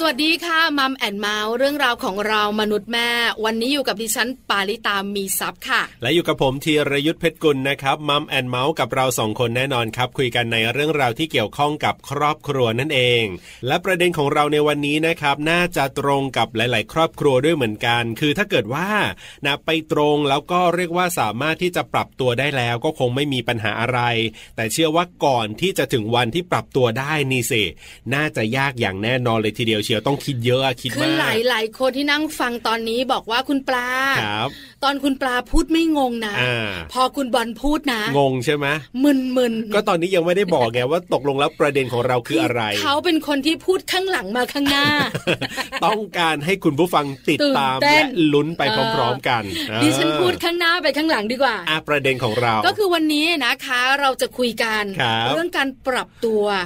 สวัสดีค่ะมัมแอนเมาส์เรื่องราวของเรามนุษย์แม่ วันนี้อยู่กับดิฉันปาริตามีซัพ์ค่ะ และอยู่กับผมธีรยุทธเพชรกุลนะครับมัมแอนเมาส์กับเราสองคนแน่นอนครับคุยกันในเรื่องราวที่เกี่ยวข้องกับครอบครัวนั่นเอง และประเด็นของเราในวันนี้นะครับน่าจะตรงกับหลาย ๆ ครอบครัวด้วยเหมือนกัน คือถ้าเกิดว่านะไปตรงแล้วก็เรียกว่าสามารถที่จะปรับตัวได้แล้วก็คงไม่มีปัญหาอะไร แต่เชื่อว่าก่อนที่จะถึงวันที่ปรับตัวได้นี่สิน่าจะยากอย่างแน่นอนเลยทีเดียวเชียวต้องคิดเยอะอะคิด คื มาก อหลายหลายๆคนที่นั่งฟังตอนนี้บอกว่าคุณปลา ครับ ตอนคุณปลาพูดไม่งงนะ อ่า พอคุณบอลพูดนะ งงใช่ไหม มึนมึนๆ ก็ตอนนี้ยังไม่ได้บอกไงว่าตกลงแล้วประเด็นของเราคืออะไร เขาเป็นคนที่พูดข้างหลังมาข้างหน้า ต้องการให้คุณผู้ฟังติดตาม ตื่นเต้ และ น ลุ้นไปพร้อมๆกัน ดิฉันพูด เออ ข้างหน้าไปข้างหลังดีกว่า อ่ะประเด็นของเรา ก็คือวันนี้นะคะเราจะคุยกัน ครับ เรื่องการปรับตัว า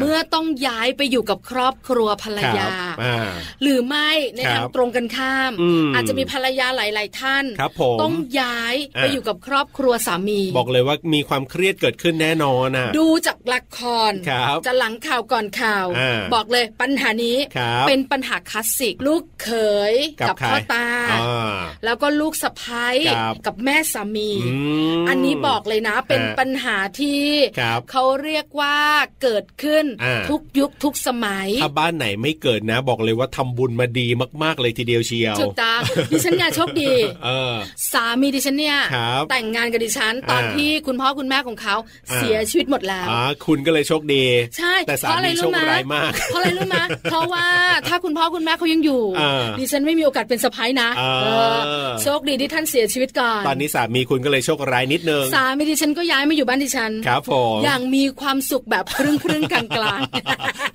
เมื่อต้องย้ายไปอยู่กับครอบครัวภรร ครับ ยา อ่า หรือไม่ใน ครับ ทางตรงกันข้าม อืม อาจจะมีภรรยาหลาย ๆ ท่าน ครับผม ต้องย้ายไป อ่ะ อยู่กับครอบครัวสามี บอกเลยว่ามีความเครียดเกิดขึ้นแน่นอนอ่ะ ดูจากละคร ครับ จะหลังข่าวก่อนข่าว อ่า บอกเลยปัญหานี้ ครับ เป็นปัญหาคลาสสิก ลูกเขย กับใคร พ่อตา อ่า แล้วก็ลูกสะพ้าย ครับ กับแม่สามี อืม อันนี้บอกเลยนะเป็น ฮะ ปัญหาที่ ครับ เขาเรียกว่าเกิดขึ้น อ่า ทุกยุคทุกสมัย ถ้าบ้านไหนไม่เกิดนะ บอกเลยว่าทำบุญมาดีมากๆเลยทีเดียวเชียว ถูกต้องดิฉันเนี่ยโชคดี เออ สามีดิฉันเนี่ย ครับ แต่งงานกับดิฉัน ตอน อ่า ที่คุณพ่อคุณแม่ของเขา อ่า เสียชีวิตหมดแล้ว อ่าคุณก็เลยโชคดี ใช่ แต่สา เพราะอะไร มีโช รู้ ค ไหม ร้ายมาก เพราะอะไรรู้ไหมเพราะว่าถ้าคุณพ่อคุณแม่เขายังอยู่ อ่า ดิฉันไม่มีโอกาสเป็นสะพ้ายนะ อ่า เออโชคดีที่ท่านเสียชีวิตก่อน ตอนนี้สามีคุณก็เลยโชคร้ายนิดนึง สามีดิฉันก็ย้ายมาอยู่บ้านดิฉัน ครับผม อย่างมีความสุขแบบครึ่งครึ่งๆกลางกลาง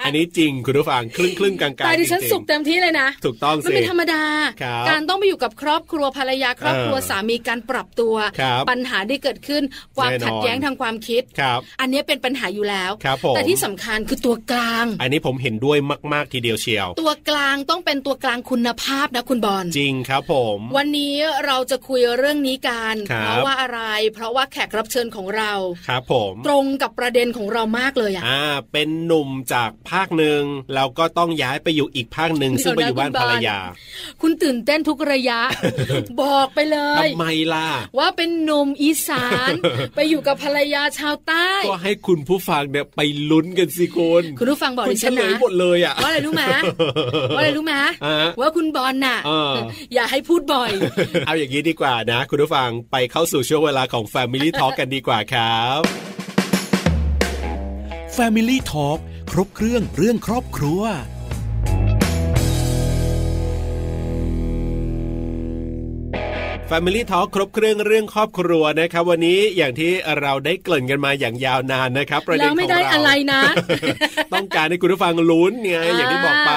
อันนี้จริงคุณผู้ฟังครึ่งครึ่งๆกลาง ๆ กลาง แต่ดิฉันสุขเต็มที่เลยนะ ถูกต้อง มัน สิ เป็นธรรมดา ครับ การต้องไปอยู่กับครอบครัวภรรยาครอบครัว เออ สามีการปรับตัว ครับ ปัญหาที่เกิดขึ้นความ แน่นอน ขัดแย้งทางความคิด ครับ อันเนี้ยเป็นปัญหาอยู่แล้ว ครับผม แต่ที่สำคัญคือตัวกลาง อันนี้ผมเห็นด้วยมาก ๆ ทีเดียวเชียว ตัวกลางต้องเป็นตัวกลางคุณภาพนะคุณบอล จริงครับผม วันนี้เราจะคุยเรื่องนี้กัน ครับ เพราะว่าอะไร เพราะว่าแขกรับเชิญของเรา ครับผม ตรงกับประเด็นของเรามากเลยอะ อ่าเป็นหนุ่มจากภาคหนึ่งแล้วก็ต้องย้ายไปอยู่อีกภาคหนึ่งซึ่งไปอยู่บ้านภรรยา คุณตื่นเต้นทุกระยะ บอกไปเลย ทำไมล่ะ ว่าเป็นหนมอีสาน ไปอยู่กับภรรยาชาวใต้ ก็ให้คุณผู้ฟังเนี่ยไปลุ้นกันสิคุณ คุณผู้ฟังบอก คุ ดิ ณเฉ ฉัน ล นะ ยหมดเลยอ่ะ ว่าอะไร รู้ไหมว่าอะไรรู้ไหม อ่าฮะ ว่าคุณบอลน่ะ เออ อย่าให้พูดบ่อย เอาอย่างนี้ดีกว่านะ คุณผู้ฟังไปเข้าสู่ช่วงเวลาของ Family Talk กันดีกว่าครับ Family Talk ครบเครื่องเรื่องครอบครัว f a m i l y ่ทอครบเครื่องเรื่องครอบครัวนะครับ วันนี้อย่างที่เราได้เกริ่นกันมาอย่างยาวนานนะครับประเด็ แล้ น ว ของเรา ไม่ได้อะไรนะ ต้องการให้คุณผู้ฟังลุ้นไง อ่า อย่างที่บอกไป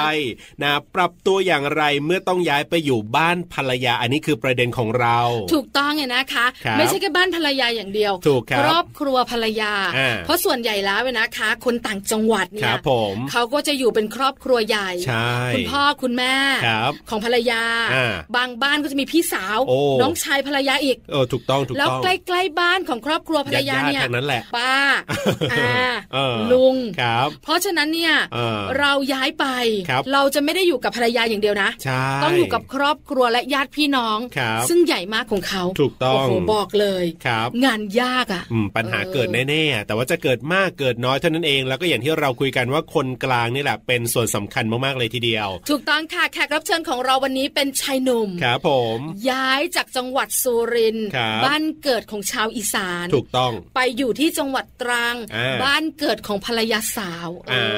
นะปรับตัวอย่างไรเมื่อต้องย้ายไปอยู่บ้านภรรยา อันนี้คือประเด็นของเรา ถูกต้องเนี่ยนะคะ ครับ ไม่ใช่แค่บ้านภรรยาอย่างเดียว ถูกครับ รอบครัวภรรยา อ่า เพราะส่วนใหญ่แล้วเนี่ยนะคะ คนต่างจังหวัด ค เนี่ รั ย บผม เขาก็จะอยู่เป็นครอบครัวใหญ่ ใช่ คุณพ่อคุณแม่ ครับ ของภรรยา อ่า บางบ้านก็จะมีพี่สาว โอ้ น้องชายภรรยาอีก เออถูกต้องถูก แล้ว ต้อง ใกล้ๆบ้านของครอบครัวภรรยา ญาติ เนี่ ๆ ย ทางนั้นแหละ ป้า อา เออ ลุง ครับ เพราะฉะนั้นเนี่ย เออ เราย้ายไป ครับ เราจะไม่ได้อยู่กับภรรยาอย่างเดียวนะ ใช่ ต้องอยู่กับครอบครัวและญาติพี่น้อง ครับ ซึ่งใหญ่มากของเขา ถูกต้อง โอ้โหบอกเลย ครับ งานยากอะ่ะ อืมปัญหา เออ เกิดแน่ๆ แต่ว่าจะเกิดมากเกิดน้อยเท่านั้นเอง แล้วก็อย่างที่เราคุยกันว่าคนกลางนี่แหละเป็นส่วนสำคัญมากๆเลยทีเดียว ถูกต้องค่ะแขกรับเชิญของเราวันนี้เป็นชายหนุ่ม ครับผม ย้ายจากจังหวัดสุรินทร์ ครับ บ้านเกิดของชาวอีสาน ถูกต้อง ไปอยู่ที่จังหวัดตรัง อ่า บ้านเกิดของภรรยาสาว อ่า เอ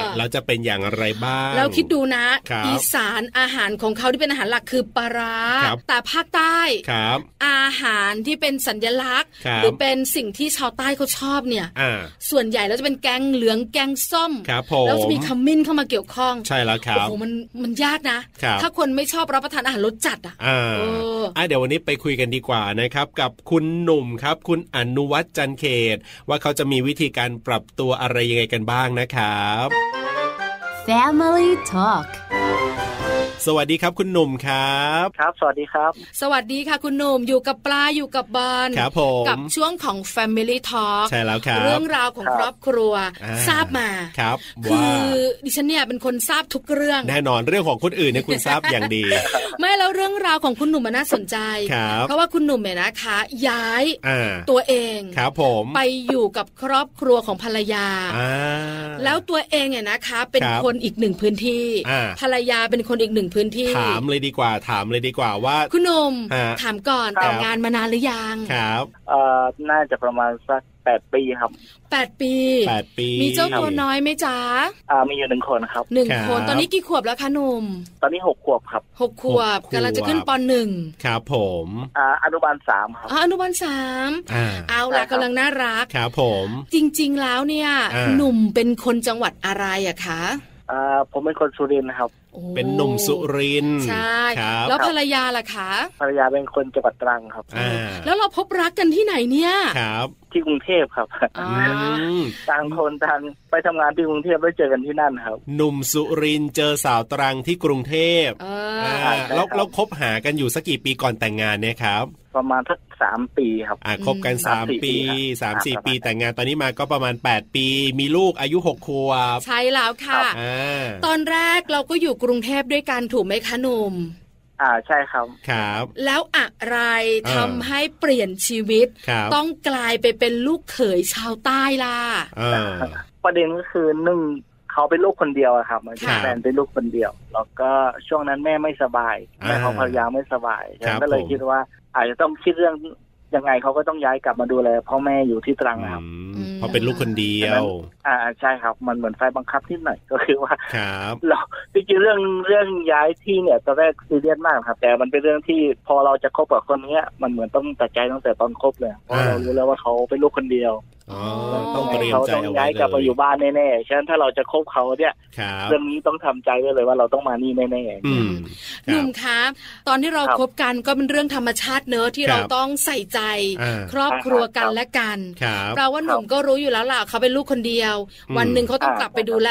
อ แล้วจะเป็นอย่างไรบ้าง แล้วคิดดูนะ ครับ อีสานอาหารของเขาที่เป็นอาหารหลักคือปลาร้า ครับ แต่ภาคใต้ ครับ อาหารที่เป็นสัญลักษณ์ ครับ หรือเป็นสิ่งที่ชาวใต้เขาชอบเนี่ย อ่า ส่วนใหญ่แล้วจะเป็นแกงเหลืองแกงส้ม ครับผม แล้วจะมีขมิ้นเข้ามาเกี่ยวข้อง ใช่แล้วค โอ้ รับ โหมันมันยากนะ ครับ ถ้าคนไม่ชอบรับประทานอาหารรสจัดอ่ะ อ่า เอออ่ ะเดี๋ยววันนี้ไปคุยกันดีกว่านะครับ กับคุณหนุ่มครับ คุณอนุวัฒน์จันเขต ว่าเขาจะมีวิธีการปรับตัวอะไรยังไงกันบ้างนะครับ Family Talk สวัสดีครับคุณหนุ่มครับ ครับ สวัสดีครับ สวัสดีค่ะคุณหนุ่มอยู่กับปลาอยู่กับบอล ครับผม กับช่วงของ Family Talk ใช่แล้วครับ เรื่องราวของ คครรับอบครัว อ่า ทราบมา ครับ คื ว่า อดิฉันเนี่ยเป็นคนทราบทุกเรื่อง แน่นอนเรื่องของคนอื่ นเนี่ยคุณทราบอย่างดี ไม่แล้วเรื่องราวของคุณหนุ่มมันน่าสนใจ ครับ เพราะว่าคุณหนุ่มเนี่ยนะคะ ย้าย อ่า ตัวเอง ครับผม ไปอยู่กับครอบครัวของภรรยา อ่า แล้วตัวเองเนี่ยนะคะ เป็น ครับ คนอีกหนึ่งพื้นที่ อ่า ภรรยาเป็นคนอีกหนึ่งพื้นที่ ถามเลยดีกว่า ถามเลยดีกว่าว่า คุณหนุ่ม ฮะ ถามก่อน ครับ แต่งงานมานานหรือยัง ครับ เอ่อน่าจะประมาณสักแปดปีครับ แปดปี แปดปี มีเจ้าตัวน้อยไหมจ๊ะ อ่ามีอยู่หนึ่งคนครับ หนึ่ง ครับ คนตอนนี้กี่ขวบแล้วคะหนุ่ม ตอนนี้หกขวบครับ หกขวบกำลังจะขึ้นปหนึ่ง ครับผม อ่าอนุบาลสามครับ อ๋ออนุบาลสาม อ่า เอา ใช่ครั ละ บ กำลังน่ารัก ครับผม จริงๆแล้วเนี่ย อ่า หนุ่มเป็นคนจังหวัดอะไรอะคะ อ่าผมเป็นคนสุรินทร์ครับ โอ้ เป็นหนุ่มสุรินทร์ ใช่ ครับ แล้วภรรยาล่ะคะ ภรรยาเป็นคนจังหวัดตรังครับ อ่า แล้วเราพบรักกันที่ไหนเนี่ย ครับ ที่กรุงเทพครับ อ๋ออ ม ต่างคนต่างไปทำงานที่กรุงเทพแล้วเจอกันที่นั่นครับ หนุ่มสุรินทร์เจอสาวตรังที่กรุงเทพ เอ อ่า อ ใช่ครับ แล้วแล้วคบหากันอยู่สักกี่ปีก่อนแต่งงานเนี่ยครับ ประมาณสักสามปีครับ อ่าคบกัน อืม 3 ปี สามสี่ 3่ ครับ ปี ประมาณ แต่งงานตอนนี้มาก็ประมาณ 8 ปี มีลูกอายุ 6 ครัวบ ใช่แล้วค่ะ อ่า ตอนแรกเราก็อยู่กรุงเทพด้วยกันถูกไหมคะหนุ่ม อ่าใช่ครับ ครับ แล้วอะไร อ่า ทำให้เปลี่ยนชีวิต ครับ ต้องกลายไปเป็นลูกเขยชาวใต้ล่ะ อ่า ประเด็นก็คือหนึ่งเขาเป็นลูกคนเดียวอะครับ ค่ะ แฟนเป็นลูกคนเดียว แล้วก็ช่วงนั้นแม่ไม่สบาย อ่า แม่ของภรรยาไม่สบาย ครับ ฉันก็เลย ผม คิดว่า อาจจะต้องคิดเรื่องยังไงเขาก็ต้องย้ายกลับมาดูแลพ่อแม่อยู่ที่ตรังนะครับ อืม อืม เพราะเป็นลูกคนเดียว อ่าใช่ครับ มันเหมือนไฟบังคับนิดหน่อย ก็คือว่า ครับ เราจริงๆเรื่องเรื่องย้ายที่เนี่ยตอนแรกซีเรียสมากครับ แต่มันเป็นเรื่องที่พอเราจะคบกับคนเนี้ยมันเหมือนต้องตัดใจตั้งแต่ตอนคบเลยเพราะ อ่า เรารู้แล้วว่าเขาเป็นลูกคนเดียว อ๋อ อ๋อ ต้องเตรียม เขา ใจ ต้อง เอาไว้ ย้าย เล กลับมาอยู่บ้านแน่ๆฉะนั้นถ้าเราจะคบเขาเนี่ย ครับ เรื่องนี้ต้องทำใจไว้เลยว่าเราต้องมานี่แน่ๆ อืม หนุ่ม ครับ คะตอนที่เรา ครับ คบกันก็เป็นเรื่องธรรมชาติเนอะที่ ครับ เราต้องใส่ใจ อ่า ครอบครัวกันและกัน ครับ แปลว่าหนุ่มก็รู้อยู่แล้วล่ะเขาเป็นลูกคนเดียว อืม วันหนึ่งเขาต้องกลับไปดูแล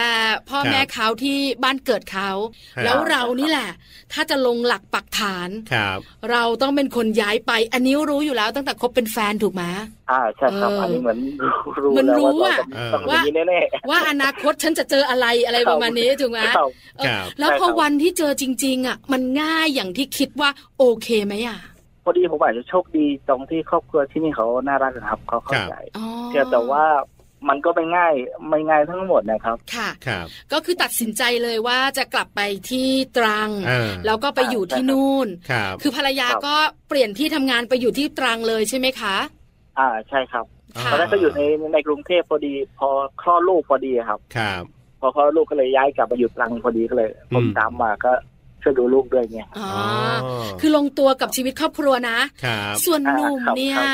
พ่อ ครับ แม่เขาที่บ้านเกิดเขา ครับ แล้วเรานี่แหละ ถ้าจะลงหลักปักฐาน ครับ เราต้องเป็นคนย้ายไป อันนี้รู้อยู่แล้วตั้งแต่คบเป็นแฟนถูกไหม อ่าใช่ครับ เอออั อันนี้เหมือนรู้ เหมือน แล้ว รู้ ว่าอะเราต้องต้อง ว่า มีแน่ ว่าอนาคตฉันจะเจออะไรอะไรประมาณนี้ถูกไหม ๆครับ เออ ครับ แล้วพอ ใช่ครับ วันที่เจอจริง ๆ อ่ะ มันง่ายอย่างที่คิดว่าโอเคไหมอ่ะ พอดีผมอาจจะโชคดีตรงที่ครอบครัวที่นี่เขาน่ารักนะครับเขาเข้าใจ อ๋อ เพียงแต่ว่ามันก็ไม่ง่ายไม่ง่ายทั้งหมดนะครับ ค่ะ ครับ ก็คือตัดสินใจเลยว่าจะกลับไปที่ตรัง อ่า แล้วก็ไปอยู่ที่นู่น ครับ คือภรรยา ครับ ก็เปลี่ยนที่ทำงานไปอยู่ที่ตรังเลยใช่ไหมคะ อ่าใช่ครับ ค่ะ ตอนแรกก็อยู่ในในกรุงเทพพอดี พอคลอดลูกพอดีครับ ครับ พอคลอดลูกก็เลยย้ายกลับมาอยู่ตรังพอดีก็เลยผ อื ม ม ตามมาก็ช่วยดูลูกด้วยไง อ๋อ อ๋อ อคือลงตัวกับชีวิตครอบครัวนะ ครับ ส่วนหนุ่ม อ่าครับ เนี่ย ครั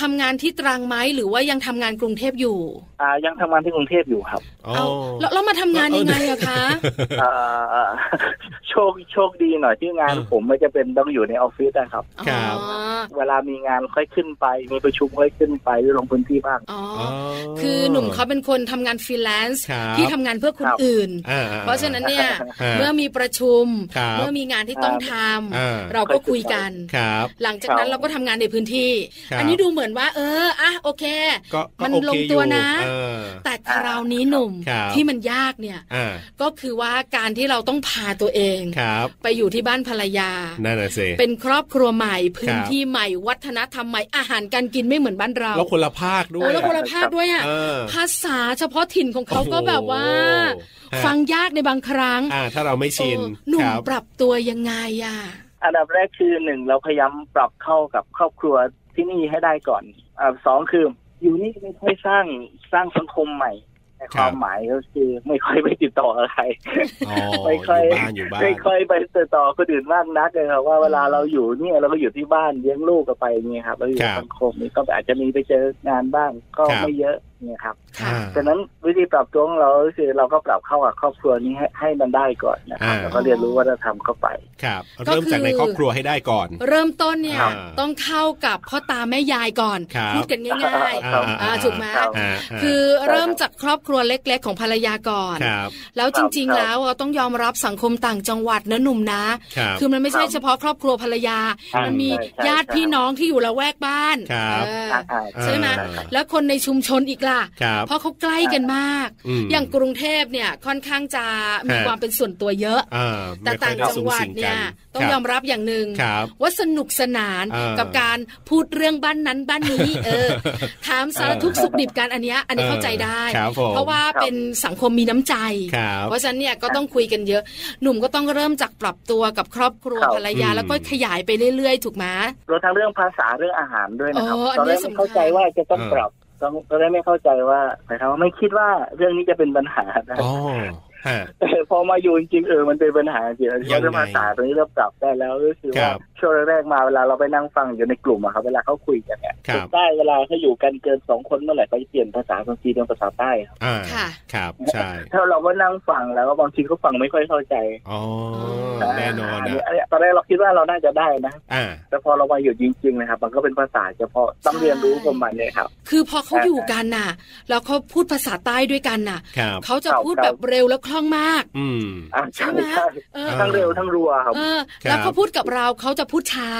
ทำงานที่ตรังไหมหรือว่ายังทำงานกรุงเทพอยู่ อ่ายังทำงานที่กรุงเทพอยู่ครับ เอาแล้วแล้วมาทำงานยังไงอะคะ เอ่อ โชคโชคดีหน่อยที่งาน เออ ผมไม่จะเป็นต้องอยู่ในออฟฟิศนะครับ ครับ อ๋อ เวลามีงานค่อยขึ้นไป มีประชุมค่อยขึ้นไปหรือลงพื้นที่บ้าง อ๋อ อ๋อ อ คือหนุ่มเขาเป็นคนทำงานฟรีแลนซ์ ครับ ที่ทำงานเพื่อคน ครับ อื่น อ่อ่อ่ เพราะฉะนั้นเนี่ย อ่า เมื่อมีประชุม ครับ เมื่อมีงานที่ต้องทำ อ่า เราก็คุยกัน ครับ หลังจากนั้น ครับ เราก็ทำงานในพื้นที่ ครับ อันนี้ดูเหมือนว่า เอออ่ะโอเค ก็ก็ มัน โอ ล เค ง อยู่ ตัวนะ เออ แต่คราวนี้หนุ่ม ครับ ที่มันยากเนี่ย อ่า ก็คือว่าการที่เราต้องพาตัวเอง ครับ ไปอยู่ที่บ้านภรรยา นั่นน่ะสิ เป็นครอบครัวใหม่พื้ คน รับ ที่ใหม่วัฒนธรรมใหม่อาหารการกินไม่เหมือนบ้านเรา แล้วคนละภาคด้ว โอ้ ย แล้วคนละภาคด้วยอ่ะ เออ ภาษาเฉพาะถิ่นของเขาก็แบบว่า โอ้โหฮะ ฟังยากในบางครั้ง อ่า ถ้าเราไม่ชิน เออหนุ่ ค ม รับ ปรับตัวยังไงอ่ะ อันดับแรกคือหนึ่งเราพยายามปรับเข้ากับครอบครัวที่นี่ให้ได้ก่อนอันดับสองคือ อยู่นี่ไม่ค่อยสร้างสร้างสังคมใหม่ใน ค ครับ วามหมายก็คือไม่ค่อยไปติดต่ออะไร อ๋อ ไม่ อ ค่อย ยู่บ้านอยู่บ้าน ไม่ค่อยไปติดต่อคนอื่นมากนักเลยครับว่าเวลาเราอยู่เนี่ยเราก็อยู่ที่บ้านเลี้ยงลูกกันไปอย่างเงี้ยครับเราอยู่ในสังคมนี่ก็อาจจะมีไปเจองานบ้างก็ไม่เยอะ เนี่ยครับ ค่ะ ดังนั้นวิธีปรับตัวของเราก็คือเราก็ปรับเข้ากับครอบครัวนี้ให้ให้มันได้ก่อนนะครับ อ่า แล้วก็เรียนรู้วัฒนธรรมเข้าไป ครับ ก็คือ เริ่มจากในครอบครัวให้ได้ก่อน เริ่มต้นเนี่ย อ่า ต้องเข้ากับพ่อตาแม่ยายก่อน ครับ พูดกันง่าย ครับ อ่าถูกไหม ครับ อ่า ๆ คือเริ่มจากครอบครัวเล็ก ๆ ของภรรยาก่อน ครับ แล้วจริง ครั ๆ บ แล้วเราต้องยอมรับสังคมต่างจังหวัดนะหนุ่มนะ ครับ คือมันไม่ใช่ ครับ เฉพาะครอบครัวภรรยา ใช่ มันมี ใช่ใช่ ญาติ ใช่ พี่น้องที่อยู่ละแวกบ้าน ครับ เออ อ่า ใช่ไหม อ่า แล้วคนในชุมชนอีกล่ะ ครับ เพราะเขาใกล้กันมาก ม อย่างกรุงเทพเนี่ยค่อนข้างจะมี ฮะ ความเป็นส่วนตัวเยอะ อ่า แต่ ไม่ค่ ต่า อง ย จังหวัดเนี่ย สูงสิงกัน ต้องยอมรับอย่างหนึ่ง ครับ ว่าสนุกสนาน เออ กับการพูดเรื่องบ้านนั้นบ้านนี้ เออถามสารทุกข์สุขดิบกันอันเนี้ยอันนี้เข้าใจได้ ครับผม เพราะว่าเป็นสังคมมีน้ำใจ ครับ เพราะฉะนั้นเนี่ยก็ต้องคุยกันเยอะ หนุ่มก็ต้องเริ่มจากปรับตัวกับครอบครัว ครับ ภรรยา อืม แล้วก็ขยายไปเรื่อยๆ ถูกไหม รวมทั้งเรื่องภาษาเรื่องอาหารด้วยนะครับ อ๋ออัน ตอน นี้ แรก สำคัญ ไม่เข้าใจว่าจะต้องปรับตอนตอนแรกไม่เข้าใจว่าหมายความว่าไม่คิดว่าเรื่องนี้จะเป็นปัญหานะ อ๋อฮะ แต่พอมาอยู่จริงๆเออมันเป็นปัญหาจริงๆ ยังไง เรื่องภาษาตรงนี้เราปรับได้แล้วรู้สึก ครั ว่า บ ช่วงแรกๆมาเวลาเราไปนั่งฟังอยู่ในกลุ่มอะครับเวลาเขาคุยกันเนี่ย ครับ ใต้เวลาเขาอยู่กันเกินสองคนเมื่อไหร่เขาจะเปลี่ยนภาษาบางทีเป็นภาษาใต้ครับ อ่า ค่ะ ครับใช่ ถ้าเราก็นั่งฟังแล้วก็บางทีเขาฟังไม่ค่อยเข้าใจ อ๋อแน่นอนนะ อันเนี้ยตอนแรกเราคิดว่าเราน่าจะได้นะ อ่า แต่พอเรามาอยู่จริง ๆ นะครับ มันก็เป็นภาษาเฉพาะต้องเรียนรู้ประมาณเนี้ยครับ คือพอเขาอยู่กันน่ะ แล้วเขาพูดภาษาใต้ด้วยกันน่ะ ครับ เขาจะพูด ครับ แบบเร็วและคล่องมาก อืม อ่ะ ใช่ไหม ใช่ เออ ทั้งเร็วทั้งรัวครับ เออ ครับ แล้วเขาพูดกับเราเขาจะพูดช้า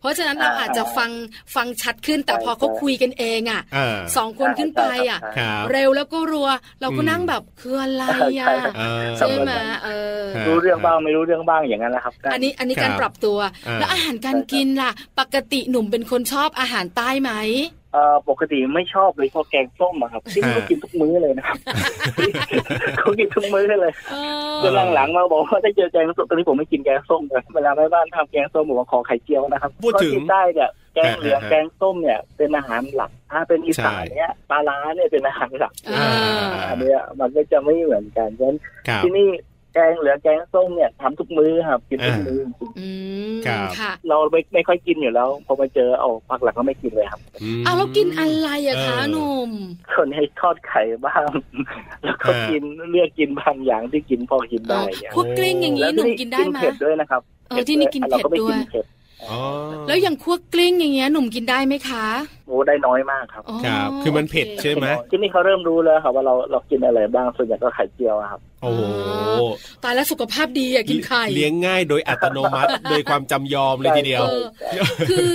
เพราะฉะนั้นเรา อ่า อาจจะฟังฟังชัดขึ้นแต่ ใช่ พอเขา ใช่ คุยกันเองอ่ะ า สองคนขึ้นไปอ่ะ ใช่ ค ครัรับบ เร็วแล้วก็รัว เราก็ อืม นั่งแบบคืออะไรอ่ะ ใช่ครับ อ่า ใช่ไหมเออ ฮะ รู้เรื่องบ้างไม่รู้เรื่องบ้างอย่างนั้นนะครับ อันนี้อันนี้ ครับ การปรับตัว อ่า แล้วอาหารการกินล่ะ ปกติหนุ่มเป็นคนชอบอาหารใต้ไหม เอ่อปกติไม่ชอบเลยพอแกงส้มอะ ครับที่นี่เขากินทุกมื้อเลยนะครับ เขากิน ทุกมื้อเลย เออ จนหลังๆมาบอกว่าถ้าเจอแกงส้มตอนนี้ผมไม่กินแกงส้มเลยเวลาแม่บ้านทำแกงส้มผมว่าขอไข่เจียวนะครับ พูดถึง ก็กินได้เนี่ยแกงเหลือง อ่าฮะ แกงส้มเนี่ยเป็นอาหารหลัก ถ้าเป็นอีสานเนี่ยปลาร้าเนี่ยเป็นอาหารหลัก เออ า อันเนี้ยมันก็จะไม่เหมือนกันเพราะฉะนั้น ครับ ที่นี่แกงเหลืองแกงส้มเนี่ยทำทุกมื้อครับกินทุกมื้อจริง อืม ครับ ค่ะ ๆเราไม่ไม่ค่อยกินอยู่แล้วพอมาเจอเอาพักหลังก็ไม่กินเลยครับ ม เอาแล้วกินอะไรอะคะ เออ หนุ่ม ส่วนให้ทอดไข่บ้าง แล้วก็ อ่า กินเลือกกินบางอย่างที่กินพอกินได้เนี่ย พวกกลิ้งอย่างนี้ แล้ว หนุ่ม ที่ กินได้ กิน ไหม เผ็ดด้วยนะครับ เออที่นี่กินเผ็ด ราก็ไม่ ด้ว กิ ย นเผ็ด อ๋อ แล้วอย่างคั่วกลิ้งอย่างเงี้ยหนุ่มกินได้ไหมคะ โอ้ได้น้อยมากครับ อ๋อ ครับคือมันเผ็ด โ ใช่ไหม ที่นี่เขาเริ่มรู้แล้วครับว่าเราเรากินอะไรบ้างส่วนใหญ่ก็ไข่เจียวอะครับ โอ้โห ตายแล้วสุขภาพดีอะกินไข่ เลี้ยงง่ายโดยอัตโนมั ติ โดยความจำยอมเลยทีเดียว เออคือ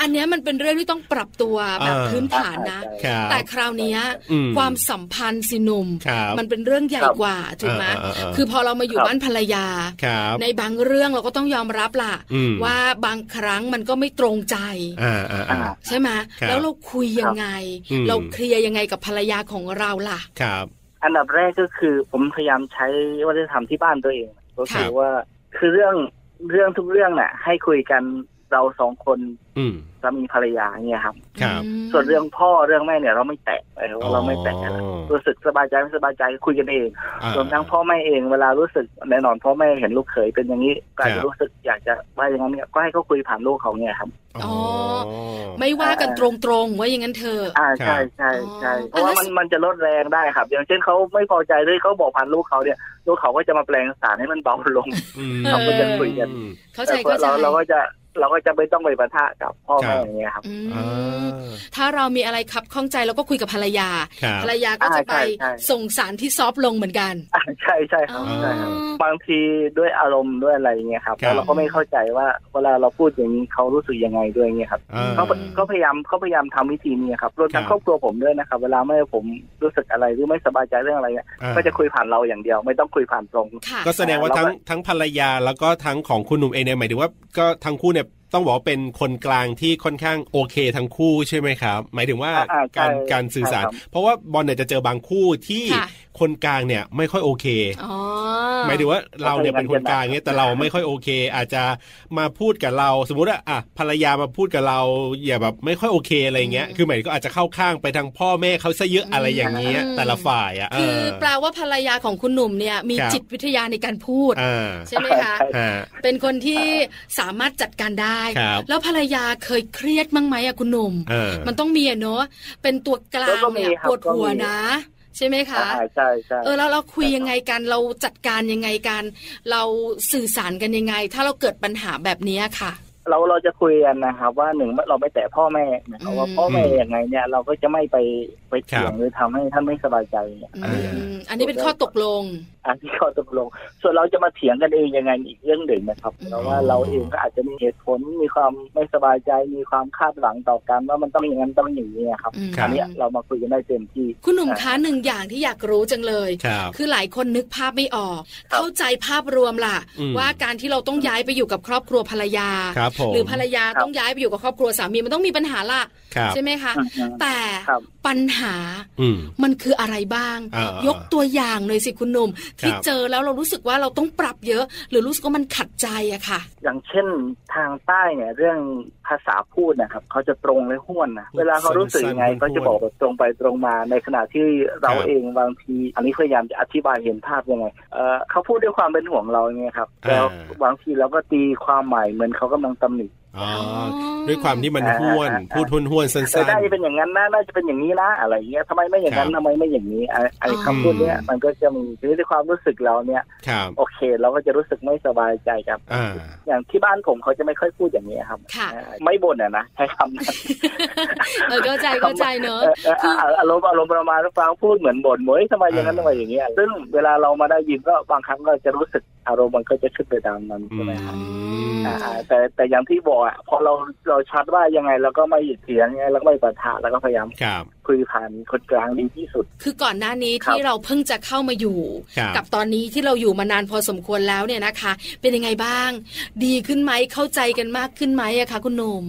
อันเนี้ยมันเป็นเรื่องที่ต้องปรับตัวแบบ อ่า พื้นฐานนะ ครับ แต่คราวเนี้ย อืม ความสัมพันธ์สิหนุ่ม ครับ มันเป็นเรื่องใหญ่กว่าถูกไหม อ่าๆๆ คือพอเรามาอยู่ ครับ บ้านภรรยา ครับ ในบางเรื่องเราก็ต้องยอมรับล่ะ อืม ว่าบางครั้งมันก็ไม่ตรงใจ อ่าอ่าอ่า ใช่ไหม ครับ แล้วเราคุยยังไง อืม เราเคลียร์ยังไงกับภรรยาของเราล่ะ ครับ อันดับแรกก็คือผมพยายามใช้วัฒนธรรมที่บ้านตัวเองก็ ครั คือบ ว่าคือเรื่องเรื่องทุกเรื่องน่ะ ให้คุยกันเราสองคน อืม สามีภรรยาเนี่ยครับ ครับ อืม ส่วนเรื่องพ่อเรื่องแม่เนี่ยเราไม่แตะเลยว่าเราไม่แตะกัน อ๋อ รู้สึกสบายใจไม่สบายใจคุยกันเอง อ่าร วมทั้งพ่อแม่เองเวลารู้สึกแน่นอนพ่อแม่เห็นลูกเขยเป็นอย่างนี้ก็อาจ ครั จะ บ รู้สึกอยากจะว่าอย่างนั้นเนี่ยก็ให้เขาคุยผ่านลูกเขาเนี่ยครับ อ๋อ ไม่ว่ากันตรงๆว่าอย่างนั้นเถอะ อ่า ครั ใช่ บ ใช่ใช่ อ๋อ เพราะว่า แล้ว มันมันจะลดแรงได้ครับ อย่างเช่นเขาไม่พอใจด้วยเขาบอกผ่านลูกเขาเนี่ยลูกเขาก็จะมาแปลงสารให้มันเบาลง อืม เราก็จะคุยกัน อืม เข้าใจเข้าใจ เราเราก็จะเราก็จะไม่ต้องไปปะทะกับพ่อแม่อย่างเงี้ยครับ อื อ่ มา ถ้าเรามีอะไรขับข้องใจเราก็คุยกับภรรยา ครับ ภรรยาก็จะไป อ่าใช่ใช่ ส่งสารที่ซอฟต์ลงเหมือนกัน อ่าใช่ใช่ครับใช่ครับ บางทีด้วยอารมณ์ด้วยอะไรอย่างเงี้ยครับ ครับ แล้วเราก็ไม่เข้าใจว่าเวลาเราพูดอย่างนี้เขารู้สึกยังไงด้วยเงี้ยครับ อ่า เขาเขาพยายามเขาพยายามทำวิธีนี้ครับรวมทั้คงรับ ครอบครัวผมด้วยนะครับ เวลาแม่ผมรู้สึกอะไรหรือไม่สบายใจเรื่องอะไรเนี่ย อ่า ก็จะคุยผ่านเราอย่างเดียว ไม่ต้องคุยผ่านตรง ค่ะ ก็แสดงว่า แล้วก็ ทั้งทั้งภรรยาแล้วก็ทั้งของคุณหนุ่มเองเนี่ยหมายถึงว่าก็ทั้งคู่เนี่ยต้องบอกว่าเป็นคนกลางที่ค่อนข้างโอเคทั้งคู่ใช่ไหมครับ หมายถึงว่า อ่าอ่าใช่ การการสื่อสาร ใช่ครับ เพราะว่าบอลเนี่ยจะเจอบางคู่ที่ ค่ะ คนกลางเนี่ยไม่ค่อยโอเค อ๋อ หมายถึงว่าเราเนี่ยเป็นคนกลางเนี่ยแต่เราไม่ค่อยโอเค อาจจะมาพูดกับเรา สมมติว่าอ่ะภรรยามาพูดกับเราอย่าแบบไม่ค่อยโอเคอะไรเงี้ย อืม คือหมายถึงก็อาจจะเข้าข้างไปทางพ่อแม่เขาซะเยอะอะไรอย่างเงี้ย อืม แต่ละฝ่ายอ่ะเ คือแปลว่าภรรยาของคุณหนุ่มเนี่ยมี ครับ จิตวิทยาในการพูด อ่า ใช่ไหมคะ ใช่ อ่า เป็นคนที่สามารถจัดการได้ ได้ ครับ แล้วภรรยาเคยเครียดมั้งไหมอะคุณหนุ่ม เออ มันต้องมีอะเนอะเป็นตัวกลาง ก็มี เนี่ย ครับ ปวดหัว ก็มี นะ ใช่ไหมคะ อ่าใช่ใช่ เออแล้วเราคุยยังไงกันเราจัดการยังไงกัน เราสื่อสารกันยังไง ถ้าเราเกิดปัญหาแบบเนี้ยค่ะ เราเราจะคุยกันนะครับว่าหนึ่งเราไม่แตะพ่อแม่นะครับว่า อืม พ่อแม่ยังไงเนี่ยเราก็จะไม่ไปไปเถีคยรั ง บ หรือทำให้ท่านไม่สบายใจเนี่ย อืมอันนี้เป็นข้อตกลง อันที่ข้อตกลง ส่วนเราจะมาเถียงกันเองยังไงอีกเรื่องหนึ่งนะครับ อืม เราว่าเราเองก็อาจจะมีเหตุผลมีความไม่สบายใจมีความคาดหวังต่อกันว่ามันต้องอย่างนั้นต้องอย่างนี้นะครับ อืม ครั อั บ นเนี้ยเรามาคุยกันได้เต็มที่ คุณหนุ่มคะหนึ่งอย่างที่อยากรู้จังเลย ครับ คือหลายคนนึกภาพไม่ออก ครับ เข้าใจภาพรวมล่ะ อืม ว่าการที่เราต้องย้ายไปอยู่กับครอบครัวภรรยา ครับผม หรือภรรยาต้องย้ายไปอยู่กับครอบครัวสามีมันต้องมีปัญหาล่ะ ครับ ใช่ไหมคะ อืม แต่ ครับ ปัญหา อืม มันคืออะไรบ้าง อ่าย กตัวอย่างหน่อยสิคุณหนุ่ม ที่ ครับ เจอแล้วเรารู้สึกว่าเราต้องปรับเยอะ หรือรู้สึกว่ามันขัดใจอะค่ะ อย่างเช่นทางใต้เนี่ยเรื่องภาษาพูดนะครับเขาจะตรงและห้วนนะเวลาเขารู้สึกยังไง สั้นๆห้วนๆ เขาจะบอกแบบตรงไปตรงมา ในขณะที่เรา ครับ เองบางที อันนี้พยายามจะอธิบายเห็นภาพยังไงเออเขาพูดด้วยความเป็นห่วงเราเนี่ยครับ อ่า แล้วบางทีเราก็ตีความหมายเหมือนเขากำลังตำหนิ อ๋อ อ๋อ ด้วยความที่มันห้วน พูดห้วนห้วนๆสั เออ้ น น่าจะเป็นอย่างนั้นนะน่าจะเป็นอย่างนี้นะอะไรเงี้ยทำไมไม่อย่างนั้น ครับ ทำไมไม่อย่างนี้ไอ้ไอ้ อ๋อ คำพูดเนี้ยมันก็จะมีคือด้วยความรู้สึกเราเนี่ย ๆครับ โอเค เราก็จะรู้สึกไม่สบายใจครับ อ่า อย่างที่บ้านผมเขาจะไม่ค่อยพูดอย่างนี้ครับ ค่ะ เออไม่บ่นอ่ะนะ ใช้คำนั้น เออเข้าใจเข้าใจเนอะ เออเออ คือ เอออารมณ์อารมณ์ประมาณฟังพูดเหมือนบ่นเหมยทำไมอย่างนั้น อ่า ทำไมอย่างเงี้ยซึ่งเวลาเรามาได้ยินก็บางครั้งก็จะรู้สึกอารมณ์มันก็จะขึ้นไปตามนั้น อื ใช่ ม ไหมครับ ม อ่าแต่แต่อย่างที่บอกอ่ะพอเราเราชัดว่ายังไงเราก็ไม่หยุดเถียงยังไงเราก็ไม่ปะทะแล้วก็พยายาม ครับ คุยผ่านคนกลางดีที่สุด คือก่อนหน้านี้ ครับ ที่เราเพิ่งจะเข้ามาอยู่ ครับ กับตอนนี้ที่เราอยู่มานานพอสมควรแล้วเนี่ยนะคะ เป็นยังไงบ้าง ดีขึ้นไหมเข้าใจกันมากขึ้นไหมอะคะคุณหนุ่ม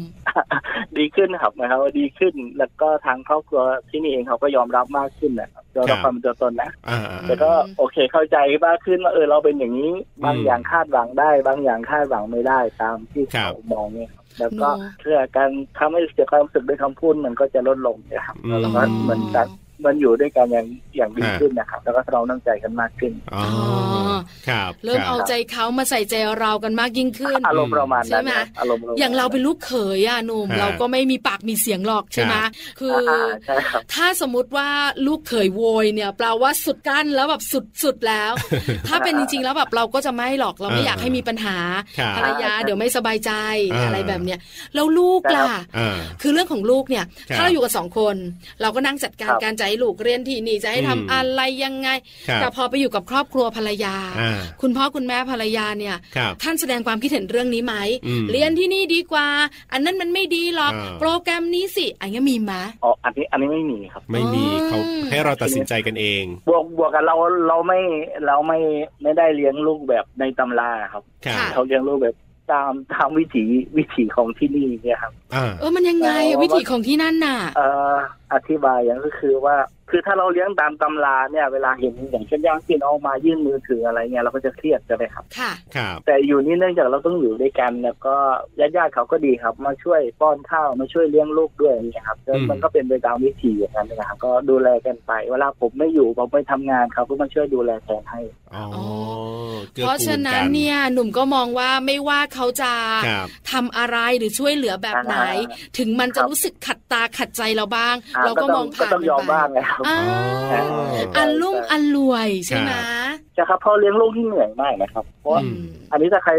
ดีขึ้นครับนะครับว่าดีขึ้นแล้วก็ทางครอบครัวที่นี่เองเขาก็ยอมรับมากขึ้นนะครับยอมรัครับบ ความเป็นตัวตนนะ อ่า แต่ก็โอเคเข้าใจมากขึ้นว่าเออเราเป็นอย่างนี้ บาง อืม อย่างคาดหวังได้ บางอย่างคาดหวังไม่ได้ตามที่ ครั เขา บ มองเนี่ยครับแล้วก็ เนอะ เชื่อกันทำให้เสียความรู้สึกด้วยคำพูดมันก็จะลดลงนะครับ อืม แล้วก็เหมือนกันมันอยู่ด้วยกันอย่างอย่างดี อ่า ขึ้นนะครับ แล้วก็เราน้ำใจกันมากขึ้น อ๋อครับ เริ่ม คบ เอาใจเขามาใส่ใจเรากันมากยิ่งขึ้น อารมณ์ประมาณนั้น ใช่ไหม นะอารมณ์ประมณ อย่างเราเป็นลูกเขยอะหนุ่ม ฮะ เราก็ไม่มีปากมีเสียงหรอกใช่ไหมคืออ าใช่ครับ ถ้าสมมติว่าลูกเขยโวยเนี่ยแปลว่าสุดกั้นแล้วแบบสุดสุดๆ แล้ว ถ้าเป็นจริงๆแล้วแบบเราก็จะไม่หรอกเราไม่ อ่า อยากให้มีปัญหา ครับ ภรรยาเดี๋ยวไม่สบายใจ อ่า อะไรแบบเนี้ยแล้วลูกล่ะ อ่า คือเรื่องของลูกเนี่ย ครับ ถ้าเราอยู่กับสองคน เราก็นั่งจัดการ ครับ การจะให้ลูกเรียนที่นี่จะให้ทำ อืม อะไรยังไง ครับ แต่พอไปอยู่กับครอบครัวภรรยา อ่า คุณพ่อคุณแม่ภรรยาเนี่ย ครับ ท่านแสดงความคิดเห็นเรื่องนี้ไหม อืม เรียนที่นี่ดีกว่า อันนั้นมันไม่ดีหรอก อ่า โปรแกรมนี้สิอันนี้มีไหม ๋ออันนี้อันนี้ไม่มีครับ ไม่มี อ๋อ เขาให้เราตัดสินใจกันเอง บวกบวกกับเราเราไม่เราไม่ไม่ได้เลี้ยงลูกแบบในตำราครับ ครับ ค่ะ เขาเลี้ยงลูกแบบตามตามวิถีวิถีของที่นี่เนี่ยครับ อ่า เออ มันยังไงอะ เออ วิถีของที่นั่นน่ะ เอ่ออธิบายอย่างก็คือว่า คือถ้าเราเลี้ยงตามตำราเนี่ยเวลาเห็นอย่างเช่นย่างพี่น้องมายื่นมือถืออะไรเงี้ยเราก็จะเครียดใช่ไหมครับ ค่ะ ครับ แต่อยู่นี่เนื่องจากเราต้องอยู่ด้วยกันแล้วก็ญาติๆเขาก็ดีครับ มาช่วยป้อนข้าวมาช่วยเลี้ยงลูกด้วยอย่างเงี้ยครับแล้ว อืม มันก็เป็นไปตามวิธีอย่างนั้นนะครับก็ดูแลกันไป เวลาผมไม่อยู่ผมไปทำงานเขาก็มาช่วยดูแลแทนให้ อ๋อ อ๋อ เกื้อ เพราะ กูลกั ฉะนั้นเนี่ยหนุ่มก็มองว่าไม่ว่าเขาจะ ครับ ทำอะไรหรือช่วยเหลือแบบไหน อ่า ถึงมันจะ ครับ รู้สึกขัดตาขัดใจเราบ้าง อ่ะ เราก็มอง ก็ ผ่าน ต้องยอม ไป บ้างนะครับ อ่า อ๋อ อั อ่า นลุ่มอันรวยใช่ไหม จะครับเพราะเลี้ยงลูกที่เหนื่อยมากนะครับเพราะว่า อืม อันนี้ถ้าใคร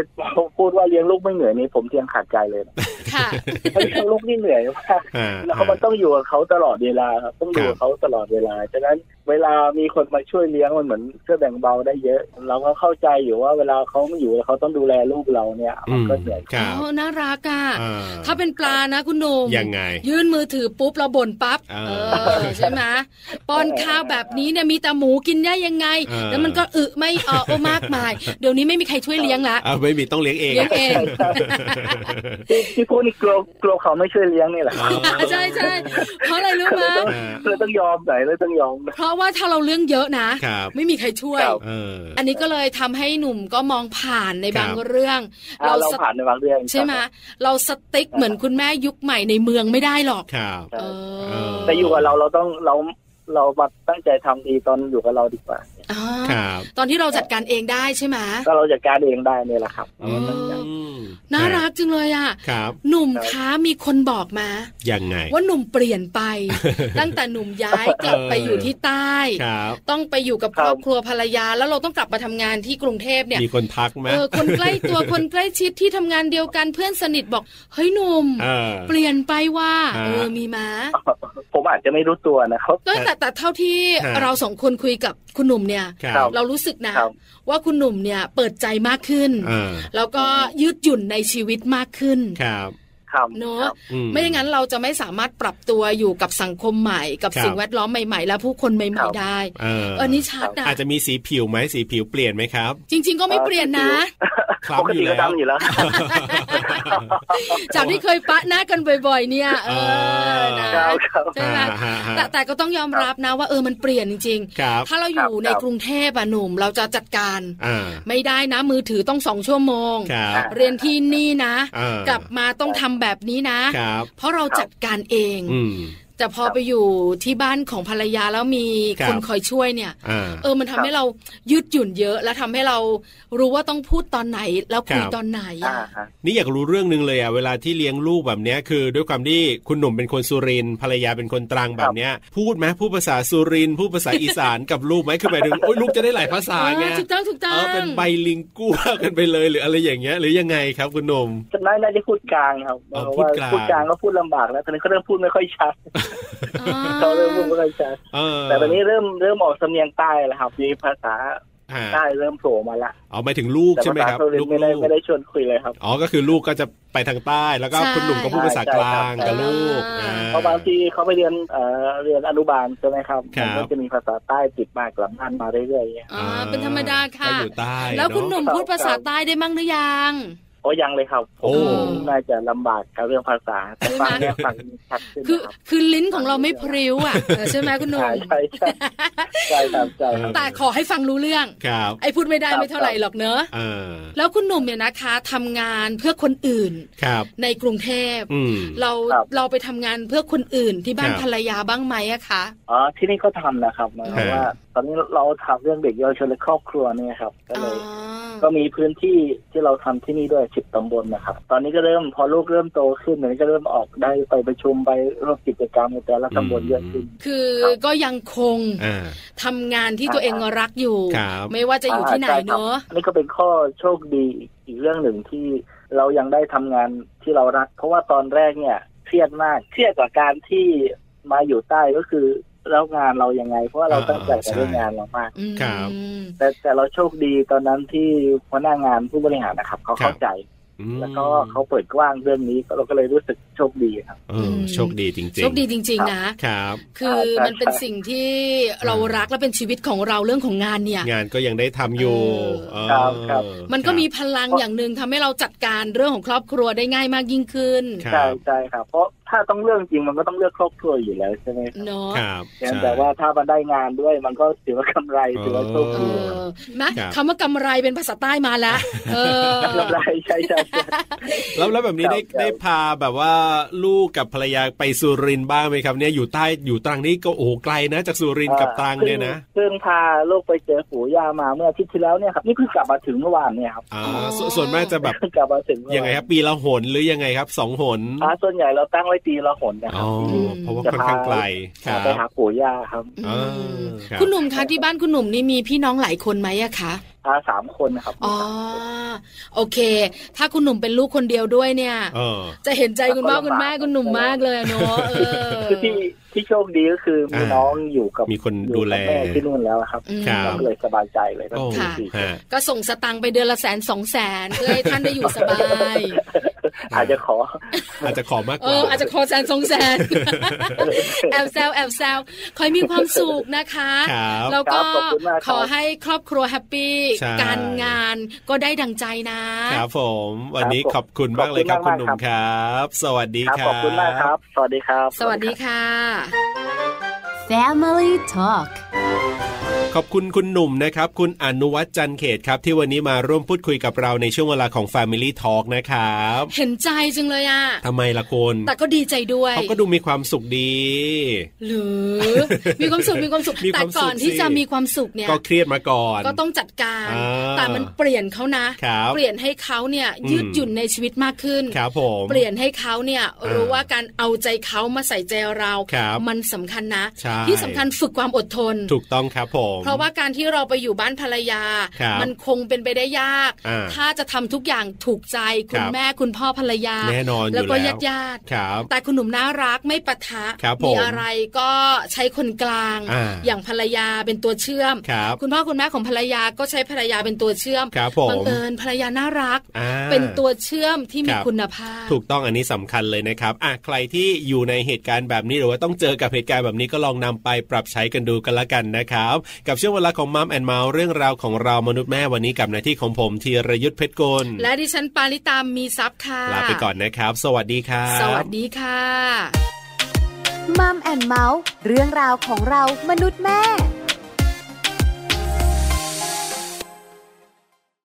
พูดว่าเลี้ยงลูกไม่เหนื่อยนี่ผมเทียงขาดใจเลยนะ ค่ะ เพราะเลี้ยงลูกนี่เหนื่อยมาก อ่า แล้วเขามันต้องอยู่กับเขาตลอดเวลาครับต้องอยู่ ครับ กับเขาตลอดเวลาฉะนั้นเวลามีคนมาช่วยเลี้ยงมันเหมือนช่วยแบ่งเบาได้เยอะ เราก็เข้าใจอยู่ว่าเวลาเขาไม่อยู่แล้วเขาต้องดูแลลูกเราเนี่ย อื มัน ม ก็เหนื่อย ครับ อ๋อ น่ารักอ่ะ อ่ ถ้าเป็นปลานะคุณหนุ่ม ยังไง ยื่นมือถือปุ๊บเราบ่นปั๊บ เอ เอ อ อใช่ไหมป้อนข้าวแบบนี้เนี่ยมีแต่หมูกินได้ยังไง เออ แล้วมันก็อึไม่ออกโอ้มากมาย เดี๋ยวนี้ไม่มีใครช่วยเลี้ยงละ อ่าไม่มีต้องเลี้ยงเอง เลี้ยงเอง ที่ที่พูดนี่กลัวกลัวเขาไม่ช่วยเลี้ยงนี่แหละ อ๋อ ใช่ใช่เพราะอะไรรู้ไหม เลยต้อง อ่า เลยต้องยอมหน่อยเลยต้องยอม เพราะว่าถ้าเราเรื่องเยอะนะ ครับ ไม่มีใครช่วย ครับ เออ อันนี้ก็เลยทำให้หนุ่มก็มองผ่านในบาง ครับ เรื่อง อ่าเรา ส ผ่านในบางเรื่อง ใช่ไหมเราสติ๊กเหมือนคุณแม่ยุคใหม่ในเมืองไม่ได้หรอก ครับ ใช่ เออ แต่อยู่กับเราเราต้องเราเรามาตั้งใจทำดีตอนอยู่กับเราดีกว่า อ๋อ ครับ ตอนที่เราจัดการเองได้ใช่ไหม ก็เราจัดการเองได้เนี่ยแหละครับ อ๋อ อืม น่ารักจังเลยอ่ะ ครับ หนุ่มคะมีคนบอกมา ยังไง ว่าหนุ่มเปลี่ยนไป ตั้งแต่หนุ่มย้ายกลับไปอยู่ที่ใต้ ครับ ต้องไปอยู่กับครอบครัวภรรยา แล้วเราต้องกลับมาทำงานที่กรุงเทพเนี่ย มีคนทักไหม เออคนใกล้ ตัว คนใกล้ชิดที่ทำงานเดียวกันเพื่อนสนิทบอกเฮ้ยหนุ่ม เออ เปลี่ยนไปว่า ฮะ เออมีมา ผมอาจจะไม่รู้ตัวนะครับ ก็แต่แต่เท่าที่ ฮะ เราสองคนคุยกับคุณหนุ่มเนี่ย ครับ ครับ เรารู้สึกนะครับ ว่าคุณหนุ่มเนี่ยเปิดใจมากขึ้น เออ แล้วก็ยืดหยุ่นในชีวิตมากขึ้น ครับ ครับ เนอะ ครับ อื ไม่อย่างนั้นเราจะไม่สามารถปรับตัวอยู่กับสังคมใหม่ กับ ครับ สิ่งแวดล้อมใหม่ ๆ และผู้คนให ครั ม่ บ ๆได้ เออ เออนี่ชัดนะ อาจจะมีสีผิวไหมสีผิวเปลี่ยนไหมครับ จริง ๆ ก็ไม่เปลี่ยนนะ คล้ำ ปกติ อยู่ ก็ แล้ว ดำอยู่แล้ว จากที่เคยปะหน้ากันบ่อยๆ เนี่ย เออนะครับ ครับ ใช่ไหม อ่าฮะฮะ แต่แต่ก็ต้องยอมรับนะว่าเออมันเปลี่ยนจริง ครับ ๆ ถ้าเราอยู่ในกรุงเทพอะหนุ่มเราจะจัดการ อ่า ไม่ได้นะมือถือต้องสองชั่วโมง ครับ เรียนที่นี่นะ อ่าก ก ลับมาต้องทำแบบนี้นะ ครับ เพราะเราจัดการเอง อืม แต่พอไปอยู่ที่บ้านของภรรยาแล้วมี ครับ คนคอยช่วยเนี่ย อ่า เออมันทำให้เรายืดหยุ่นเยอะ และทำให้เรารู้ว่าต้องพูดตอนไหน แล้วคุย ครับ ตอนไหน อ่า อะ ฮะ นี่อยากรู้เรื่องหนึ่งเลยอ่ะเวลาที่เลี้ยงลูกแบบเนี้ยคือด้วยความที่คุณหนุ่มเป็นคนสุรินทร์ภรรยาเป็นคนตรังแบบเนี้ย พูดไหมพูดภาษาสุรินทร์พูดภาษาอีสานกับลูกไหมคือหมายถึงโอ้ยลูกจะได้หลายภาษาไง เออถูกต้องถูก เอ ต้อ อง เป็นไบลิงกัวกันไปเลยหรืออะไรอย่างเงี้ย หรือยังไงครับคุณหนุ่ม จำได้น่าจะพูดกลางครับ อ๋อ เพราะว่า พูดกลาง พูดกลางก็พูดลำบากแล้วตอนนี้เขาเริ่มพูดไม่ค่อย ชัด อ่า เขาเริ่มพูดไม่ค่อยชัด เออ แต่ตอนนี้เริ่มเริ่มออกสำเนียงใต้แล้วครับมีภาษา ฮะ ใต้เริ่มโผล่มาละ เอาหมายถึงลูก แต่ ใช่ไหม ภาษา ครับ เกาหลี ลูก ไม่ได้ ๆ ไม่ได้ชวนคุยเลยครับ อ๋อก็คือลูกก็จะไปทางใต้แล้วก็ ใช่ คุณหนุ่มก็พูดภาษากลางกับลูก ใช่ อ่ เพราะบางทีเขาไปเรียนเอ่อเรียนอนุบาลใช่ไหมครับ ครับ มันก็จะมีภาษาใต้ติดมากลับบ้านมาเรื่อยๆอย่างเงี้ย อ่าเป็นธรรมดาค่ะ ก็อยู่ใต้ แล้วคุณห เอะ นุ่มพูดภาษาใต้ได้มั่งหรือยัง โอ้ยังเลยครับ โอ้ ผมน่าจะลำบากกับเรื่องภาษาแต่ฟัง ใช่ไหม เนี่ยฟังชัดขึ้น คือ นะครับ คือลิ้นของเราไม่พริ้วอ่ะเออใช่ไหมคุณหนุ่ม ใช่ใช่ใช่ใช่ครับใช่ครับ แต่ขอให้ฟังรู้เรื่อง ครับ ไอ้พูดไม่ได้ ครับ ไม่เท่าไหร่หรอกเนอะ เออ แล้วคุณหนุ่มเนี่ยนะคะทำงานเพื่อคนอื่น ครับ ในกรุงเทพ อืม เรา ครับ เราไปทำงานเพื่อคนอื่นที่บ้าน ครับ ภรรยาบ้างไหมอะคะ อ๋อที่นี่ก็ทำนะครับหมายความว่า ตอนนี้เราทำเรื่องเด็กเยาวชนและครอบครัวเนี่ยครับก็ อ๋ เล อ ยก็มีพื้นที่ที่เราทำที่นี่ด้วยสิบตำบลนะครับ ตอนนี้ก็เริ่มพอลูกเริ่มโตขึ้นเนี่ยก็เริ่มออกได้ไปประชุมไปร่วมกิจกรรมในแต่ละตำบลเยอะขึ้น คือก็ยังคง อ่า ทำงานที่ตัวเองรักอยู่ ครับ ไม่ว่าจะอยู่ที่ไหนเนอะ อันนี้ก็เป็นข้อโชคดีอีกเรื่องหนึ่งที่เรายังได้ทำงานที่เรารัก เพราะว่าตอนแรกเนี่ยเครียดมากเครียดกว่าการที่มาอยู่ใต้ก็คือแล้วงานเรายังไง เพราะว่าเรา อ่า ตั้งใจกับ ใช่ เรื่องงานเรามาก อืม ครับ แต่แต่เราโชคดีตอนนั้นที่หัวหน้างานผู้บริหารนะครับ เขาเข้าใจ อืม แล้วก็เขาเปิดกว้างเรื่องนี้เราก็เลยรู้สึกโชคดีครับ เออ ม โชคดีจริงๆ โชคดีจริง ๆ นะ ครับ คือ ใช่ มันเป็น ใช่ สิ่งที่เรารักและเป็นชีวิตของเราเรื่องของงานเนี่ย งานก็ยังได้ทำอยู่ เอ อครับครับ เออ มันก็มีพลังอย่างหนึ่งทำให้เราจัดการเรื่องของครอบครัวได้ง่ายมากยิ่งขึ้น ค ใช่ รับ ใช่ครับ เพราะถ้าต้องเรื่องจริงมันก็ต้องเลือกครอบครัวอยู่แล้วใช่ไหมครับ เนอะ ครับ เพียง ใช่ แต่ว่าถ้ามันได้งานด้วยมันก็ถือว่ากำไรถือว่าโชค เอ ดี เ อนะครับ คำว่ากำไรเป็นภาษาใต้มาแล้วเออ กำไร ใช่ใช่ใช่ แล้วแล้วแบบนี้ได้ ครับ ได้พาแบบว่าลูกกับภรรยาไปสุรินทร์บ้างไหมครับเนี่ยอยู่ใต้อยู่ตรังนี่ก็โอ้โหไกลนะ จากสุรินทร์กับตรังเนี่ยนะ เพิ่งพาลูกไปเจอปู่ย่ามาเมื่ออาทิตย์ที่แล้วเนี่ยครับนี่เพิ่งกลับมาถึงเมื่อวานเนี่ยครับ อ่า อ๋อ ส่วนส่วนมากจะแบบ เพิ่งกลับมาถึงเมื่อวาน ยังไงครับปีละหนหรือยังไงครับสองหน อ่าส่วนใหญ่เราตั้งไว้ตีละหนนะครั อ๋อ ที่ ม เพราะว่าค่อนข้างไกลค จะ รับ ไปหาปู่ย่าครับ อืม เออครับ คุณหนุ่มคะที่บ้านคุณหนุ่มนี่มีพี่น้องหลายคนไหมอะคะ อาสามคนนะครับ อ๋อ โอเค ถ้าคุณหนุ่มเป็นลูกคนเดียวด้วยเนี่ย เออ จะเห็นใจคุณพ่อคุณแม่คุณหนุ่มมากเลยอะเนอะเออ คือที่ที่โชคดีก็คือมี อ่า น้องอยู่กับ มีคน อยู่ ดู กับ แล แม่ที่นู่นแล้วครับ อืม ครับ ก็เลยสบายใจเลยครับ โอ้ ที่ที่ ฮะ ก็ส่งสตังค์ไปเดือนละแสนสองแสนเพื่อให้ท่านได้อยู่สบาย อ่า อาจจะขอ อาจจะขอมาก เอก ว่า ออาจจะขอแสนสองแสนแอบแซวแอบแซวคอยมีความสุขนะคะ ครับ แล้วก็ ครับขอบคุณมากครับ ขอให้ครอบครัวแฮปปี้ ใช่ การงานก็ได้ดังใจนะ ครับผมวันนี้ ครับผม ขอบคุณมากเลยครับ ขคุอบคุณ ณ หนุ่ม มาก ค ค ร รั ับ สวัสดี คครับรัขอ บบ คุณมากครับ สวัสดีครับ สวัสดีค่ะ Family Talk ขอบคุณคุณหนุ่มนะครับ คุณอนุวัฒน์จันทร์เขตครับ ที่วันนี้มาร่วมพูดคุยกับเราในช่วงเวลาของ Family Talk นะครับ เห็นใจจังเลยอ่ะ ทำไมล่ะคุณ แต่ก็ดีใจด้วย เขาก็ดูมีความสุขดี หรือ อ มีความสุขมีความสุข มีค แต่ วามสุข ก่อนที่ สิ จะมีความสุขเนี่ย ก็เครียดมาก่อน ก็ต้องจัดการ อ่า แต่มันเปลี่ยนเขานะ ครับ เปลี่ยนให้เขาเนี่ย อืม ยืดหยุ่นในชีวิตมากขึ้น ครับผม เปลี่ยนให้เขาเนี่ย อ่ารู้ รู้ว่าการเอาใจเขามาใส่ใจเรา ครับ มันสำคัญนะ ใช่ ที่สำคัญฝึกความอดทน ถูกต้องครับผม เพราะว่าการที่เราไปอยู่บ้านภรรยา ครับ มันคงเป็นไปได้ยาก อ่า ถ้าจะทำทุกอย่างถูกใจคุ ค ณ รับ แม่คุณพ่อภรรยา แน่นอนอยู่ แล้วก็ญาติ แล้ว ญาติๆ ครับ แต่คุณหนุ่มน่ารักไม่ปะทะ ครับผม มีอะไรก็ใช้คนกลาง อ่า ย่างภรรยาเป็นตัวเชื่อม ครับ คุณพ่อคุณแม่ของภรรยาก็ใช้ภรรยาเป็นตัวเชื่อม ครับผม บังเอิญภรรยาน่ารัก อ่า เป็นตัวเชื่อมที่มี ครับ คุณภาพ ถูกต้องอันนี้สำคัญเลยนะครับอ่ะใครที่อยู่ในเหตุการณ์แบบนี้หรือว่าต้องเจอกับเหตุการณ์แบบนี้ก็ลองนำไปปรับใช้กันดูกันละกันนะครับ กับช่วงเวลาของมัมแอนเมาส์เรื่องราวของเรามนุษย์แม่วันนี้กับหน้าที่ของผมธีรยุทธเพชรกุล และดิฉันปาริตามมีซับค่ะ ลาไปก่อนนะครับ สวัสดีครับ สวัสดีค่ะ มัมแอนเมาส์เรื่องราวของเรามนุษย์แม่